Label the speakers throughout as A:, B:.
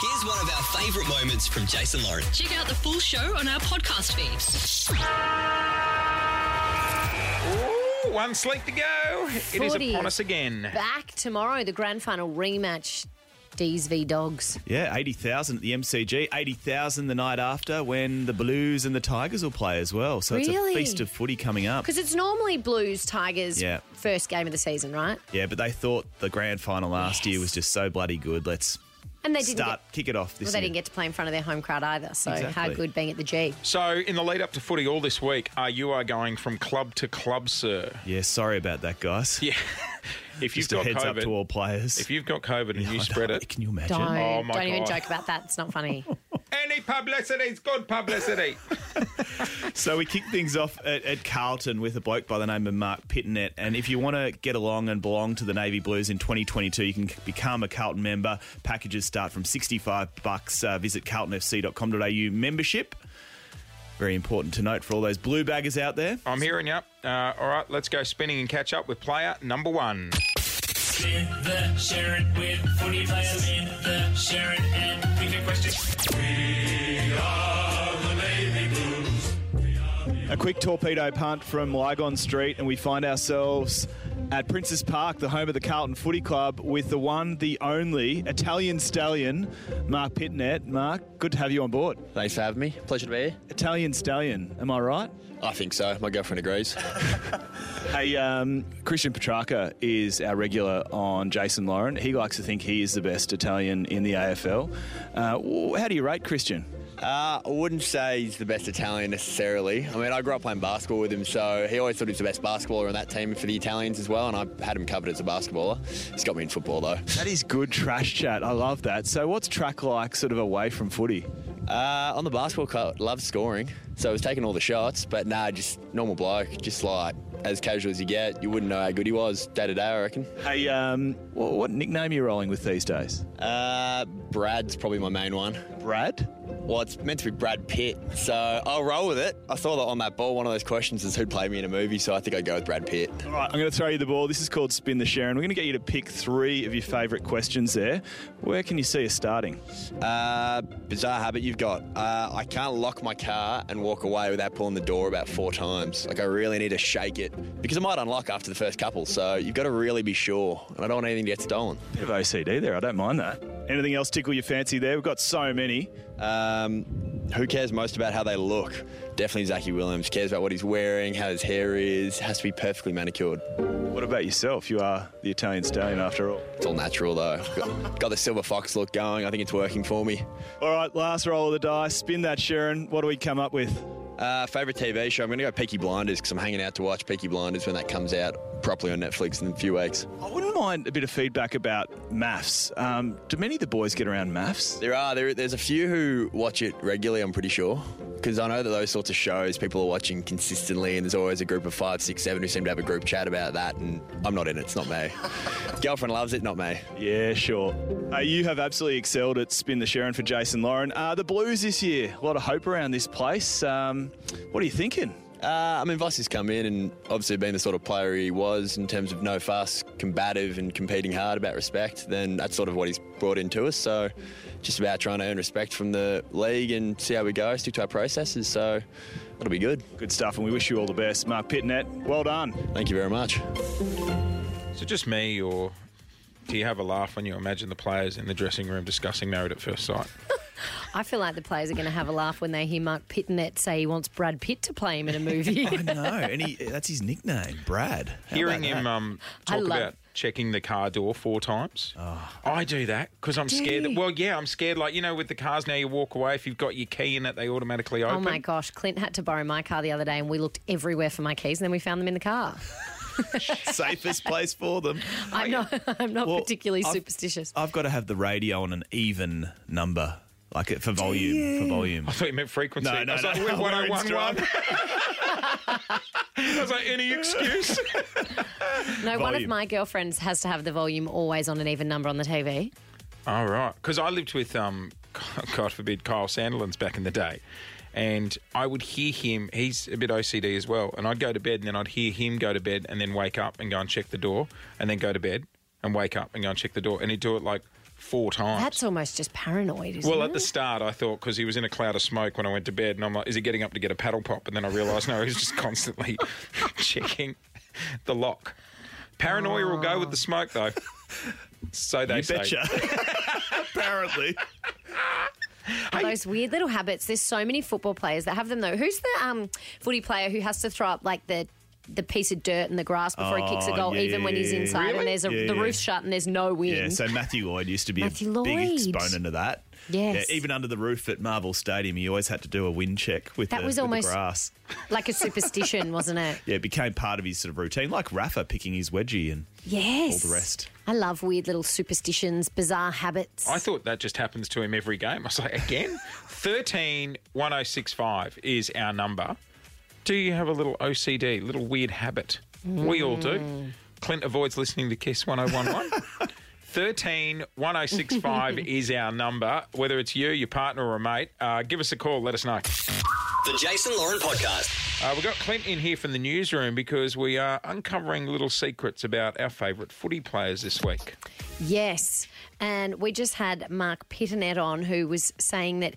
A: Here's one of our favourite moments from Jason Lauren.
B: Check out the full show on our podcast feeds.
C: Ooh, one sleep to go. It is
D: 40.
C: upon us again.
D: Back tomorrow, the grand final rematch. D's v Dogs.
E: Yeah, 80,000 at the MCG, 80,000 the night after when the Blues and the Tigers will play as well. So
D: Really?
E: it's a feast of footy coming up.
D: Because it's normally Blues Tigers
E: Yeah.
D: first game of the season, right?
E: Yeah, but they thought the grand final last year was just so bloody good. Let's
D: And they didn't
E: start,
D: get
E: kick it off this
D: well, they
E: year.
D: didn't get to play in front of their home crowd either. So how
E: Exactly.
D: good being at the G.
C: So, in the lead up to footy all this week, are you are going from club to club, sir?
E: yeah, sorry about that, guys.
C: Yeah. if you've
E: Just a
C: got
E: heads
C: COVID,
E: up to all players.
C: if you've got COVID and
E: I
C: you
E: know,
C: spread it,
E: Can you imagine?
D: Don't
C: Oh, my
D: don't even
C: God.
D: joke about that. It's not funny.
C: any publicity is good publicity.
E: So we kick things off at, at Carlton with a bloke by the name of Mark Pitnet. And if you want to get along and belong to the Navy Blues in 2022, you can c- become a Carlton member. Packages start from 65 bucks. Uh, visit carltonfc.com.au membership. Very important to note for all those blue baggers out there.
C: I'm hearing you. Uh, all right, let's go spinning and catch up with player number one.
F: Spin the share it with footy players. Spin the share it and pick a question. We are the Navy Blues.
E: A quick torpedo punt from Lygon Street, and we find ourselves at Princess Park, the home of the Carlton Footy Club, with the one, the only Italian stallion, Mark Pitnet. Mark, good to have you on board.
G: Thanks for having me. Pleasure to be here.
E: Italian stallion, am I right?
G: I think so. My girlfriend agrees.
E: Hey, um, Christian Petrarca is our regular on Jason Lauren. He likes to think he is the best Italian in the AFL. Uh, w- how do you rate Christian?
G: Uh, I wouldn't say he's the best Italian necessarily. I mean, I grew up playing basketball with him, so he always thought he was the best basketballer on that team for the Italians as well, and I had him covered as a basketballer. He's got me in football though.
E: That is good trash chat. I love that. So, what's track like sort of away from footy?
G: Uh, on the basketball court, loved scoring, so he was taking all the shots, but nah, just normal bloke, just like as casual as you get. You wouldn't know how good he was day to day, I reckon.
E: Hey, um, what, what nickname are you rolling with these days?
G: Uh, Brad's probably my main one.
E: Brad?
G: Well, it's meant to be Brad Pitt, so I'll roll with it. I saw that on that ball. One of those questions is who'd play me in a movie, so I think I'd go with Brad Pitt.
E: All right, I'm going to throw you the ball. This is called Spin the Sharon. We're going to get you to pick three of your favourite questions there. Where can you see us starting?
G: Uh, bizarre habit you've got. Uh, I can't lock my car and walk away without pulling the door about four times. Like, I really need to shake it because I might unlock after the first couple, so you've got to really be sure. And I don't want anything to get stolen.
E: Bit of OCD there. I don't mind that. Anything else tickle your fancy there? We've got so many.
G: Um, who cares most about how they look? Definitely Zachy Williams. Cares about what he's wearing, how his hair is, has to be perfectly manicured.
E: What about yourself? You are the Italian stallion after all.
G: It's all natural, though. Got, got the silver fox look going. I think it's working for me.
E: All right, last roll of the dice. Spin that, Sharon. What do we come up with?
G: Uh, favorite TV show? I'm going to go Peaky Blinders because I'm hanging out to watch Peaky Blinders when that comes out properly on Netflix in a few weeks.
E: I wouldn't mind a bit of feedback about maths. Um, do many of the boys get around maths?
G: There are there, there's a few who watch it regularly. I'm pretty sure because I know that those sorts of shows people are watching consistently, and there's always a group of five, six, seven who seem to have a group chat about that. And I'm not in it. It's not me. Girlfriend loves it. Not me.
E: Yeah, sure. Uh, you have absolutely excelled at Spin the Sharon for Jason Lauren. Uh, the Blues this year, a lot of hope around this place. Um, what are you thinking?
G: Uh, I mean, Voss has come in and obviously being the sort of player he was in terms of no fuss, combative, and competing hard about respect, then that's sort of what he's brought into us. So, just about trying to earn respect from the league and see how we go, stick to our processes. So, that'll be good.
E: Good stuff, and we wish you all the best. Mark Pitnet, well done.
G: Thank you very much.
C: Is it just me, or do you have a laugh when you imagine the players in the dressing room discussing married at first sight?
D: I feel like the players are going to have a laugh when they hear Mark Pitnet say he wants Brad Pitt to play him in a movie.
E: No, and he, that's his nickname, Brad.
C: Hearing him um,
D: I
C: talk
D: love- Oh.
C: about checking the car door four times, I do that because I'm scared. That, well, yeah, I'm scared. Like you know, with the cars now, you walk away if you've got your key in it, they automatically open.
D: oh my gosh, Clint had to borrow my car the other day and we looked everywhere for my keys and then we found them in the car.
E: Safest place for them.
D: I'm not, I'm not
E: Oh, Well,
D: particularly
E: I've-
D: superstitious.
E: I've got to have the radio on an even number, like for volume, for volume.
C: I thought you meant frequency.
E: No, no,
C: I was like,
E: no.
C: we're
E: We're
D: oh
E: in
C: 1011. I was like, any excuse?
D: No, one of
E: Volume.
D: my girlfriends has to have the volume always on an even number on the TV.
C: All right. Because I lived with, um, God forbid, Kyle Sandilands back in the day. And I would hear him. He's a bit OCD as well. And I'd go to bed and then I'd hear him go to bed and then wake up and go and check the door and then go to bed and wake up and go and check the door. And he'd do it like four times.
D: That's almost just paranoid, isn't
C: well,
D: it?
C: at the start, I thought because he was in a cloud of smoke when I went to bed, and I'm like, is he getting up to get a paddle pop? And then I realised, no, he's just constantly checking the lock. Paranoia will go with the smoke, though. So they
E: You
C: say.
E: betcha. Apparently.
D: Those weird little habits. There's so many football players that have them though. Who's the um, footy player who has to throw up like the the piece of dirt in the grass before he kicks a
E: Oh,
D: goal,
E: yeah,
D: even when he's
E: yeah, yeah.
D: inside and there's a,
E: Yeah,
D: the
E: yeah.
D: roof's shut and there's no wind?
E: Yeah, so Matthew Lloyd used to be
D: Matthew
E: a big
D: Lloyd.
E: exponent of that.
D: Yes.
E: Yeah, even under the roof at Marvel Stadium, he always had to do a wind check with,
D: That
E: the,
D: was
E: with the
D: almost-
E: grass.
D: like a superstition, wasn't it?
E: Yeah, it became part of his sort of routine, like Rafa picking his wedgie and
D: Yes.
E: all the rest.
D: I love weird little superstitions, bizarre habits.
C: I thought that just happens to him every game. I was like, again? 13 1065 is our number. Do you have a little OCD, little weird habit? We all do. Clint avoids listening to Kiss 1011. 13 1065 is our number. Whether it's you, your partner, or a mate, uh, give us a call. Let us know.
A: The Jason Lauren Podcast.
C: Uh, we've got Clint in here from the newsroom because we are uncovering little secrets about our favourite footy players this week.
D: Yes. And we just had Mark Pitternet on who was saying that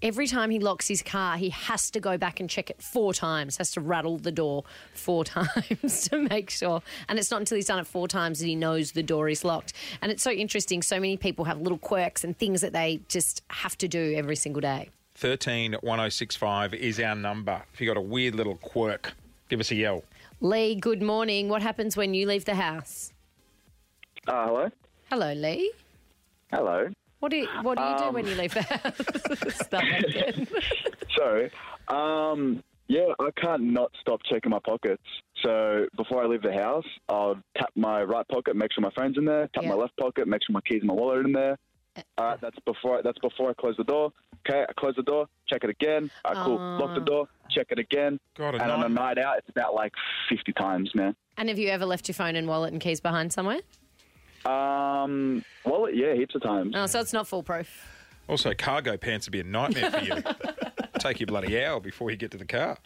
D: every time he locks his car, he has to go back and check it four times, has to rattle the door four times to make sure. And it's not until he's done it four times that he knows the door is locked. And it's so interesting. So many people have little quirks and things that they just have to do every single day.
C: 13 1065 is our number. If you got a weird little quirk, give us a yell.
D: Lee, good morning. What happens when you leave the house?
H: Uh, hello.
D: Hello, Lee.
H: Hello. Um.
D: What do you, what do, you do when you leave the house? Start that again.
H: Sorry. Um, yeah, I can't not stop checking my pockets. So before I leave the house, I'll tap my right pocket, make sure my phone's in there. Tap
D: Yeah.
H: my left pocket, make sure my keys and my wallet are in there. All right, that's before that's before I close the door. Okay, I close the door, check it again. I cool, lock the door, check it again.
C: God, a
H: and on a
C: nightmare.
H: night out, it's about like fifty times, man.
D: And have you ever left your phone and wallet and keys behind somewhere?
H: Um, wallet, yeah, heaps of times.
D: Oh, so it's not foolproof.
C: Also, cargo pants would be a nightmare for you. Take your bloody hour before you get to the car.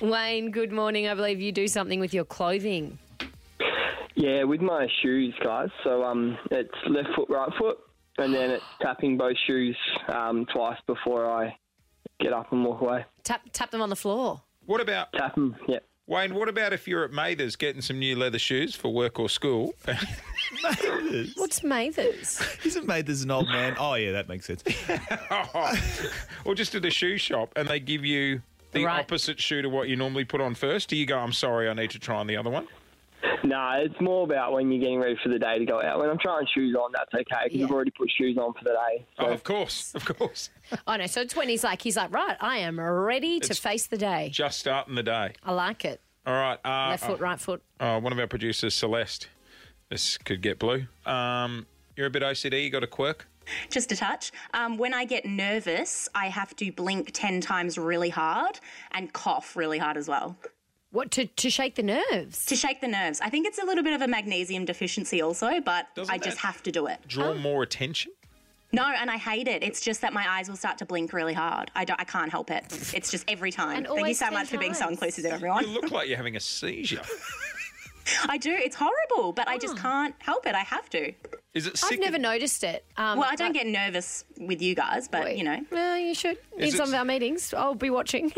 D: Wayne, good morning. I believe you do something with your clothing.
I: Yeah, with my shoes, guys. So um, it's left foot, right foot, and then it's tapping both shoes um, twice before I get up and walk away.
D: Tap tap them on the floor.
C: What about,
I: Tap them, yeah.
C: Wayne, what about if you're at Mathers getting some new leather shoes for work or school?
D: What's Mathers?
E: Isn't Mathers an old man? Oh, yeah, that makes sense.
C: or just at a shoe shop and they give you the
D: Right.
C: opposite shoe to what you normally put on first? Do you go, I'm sorry, I need to try on the other one?
I: Nah, it's more about when you're getting ready for the day to go out. When I'm trying shoes on, that's okay because
D: Yeah.
I: I've already put shoes on for the day. So
C: Oh, of course, of course.
D: Oh no, so it's when he's like he's like, right, I am ready to face the day.
C: Just starting the day.
D: I like it.
C: All right. Uh,
D: Left foot, right foot.
C: Uh, one of our producers, Celeste. This could get blue. Um, you're a bit OCD. You got a quirk.
J: just a touch. Um, when I get nervous, I have to blink 10 times really hard and cough really hard as well
D: What to to shake the nerves?
J: to shake the nerves. I think it's a little bit of a magnesium deficiency also, but
C: Doesn't
J: I just
C: that-
J: have to do it.
C: Draw
D: Oh.
C: more attention.
J: No, and I hate it. It's just that my eyes will start to blink really hard. I, don't, I can't help it. It's just every time.
D: And
J: Thank you
D: always
J: so
D: 10
J: much for being so
D: times.
J: inclusive,
C: You
J: everyone.
C: look like you're having a seizure.
J: I do. It's horrible, but I
D: Oh.
J: just can't help it. I have to.
C: Is it sick?
D: I've never noticed it. Um,
J: Well, I don't get nervous with you guys, but you know.
D: Well, you should. In
C: Is it-
D: some of our meetings, I'll be watching.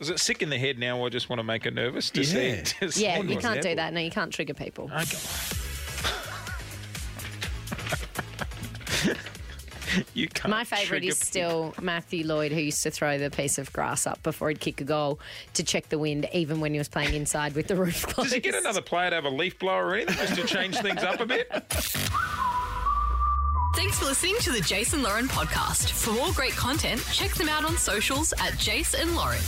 C: Is it sick in the head now? I just want to make her nervous to see.
E: Yeah.
C: to see
D: yeah, you
C: what's
D: can't do
C: happening?
D: that. No, you can't trigger people.
C: Ah, You can't.
D: My favourite
C: trigger
D: is still Matthew Lloyd, who used to throw the piece of grass up before he'd kick a goal to check the wind, even when he was playing inside with the roof closed.
C: Does he get another player to have a leaf blower or anything just to change things up a bit?
B: Thanks for listening to the Jason Lauren podcast. For more great content, check them out on socials at Jason Lauren.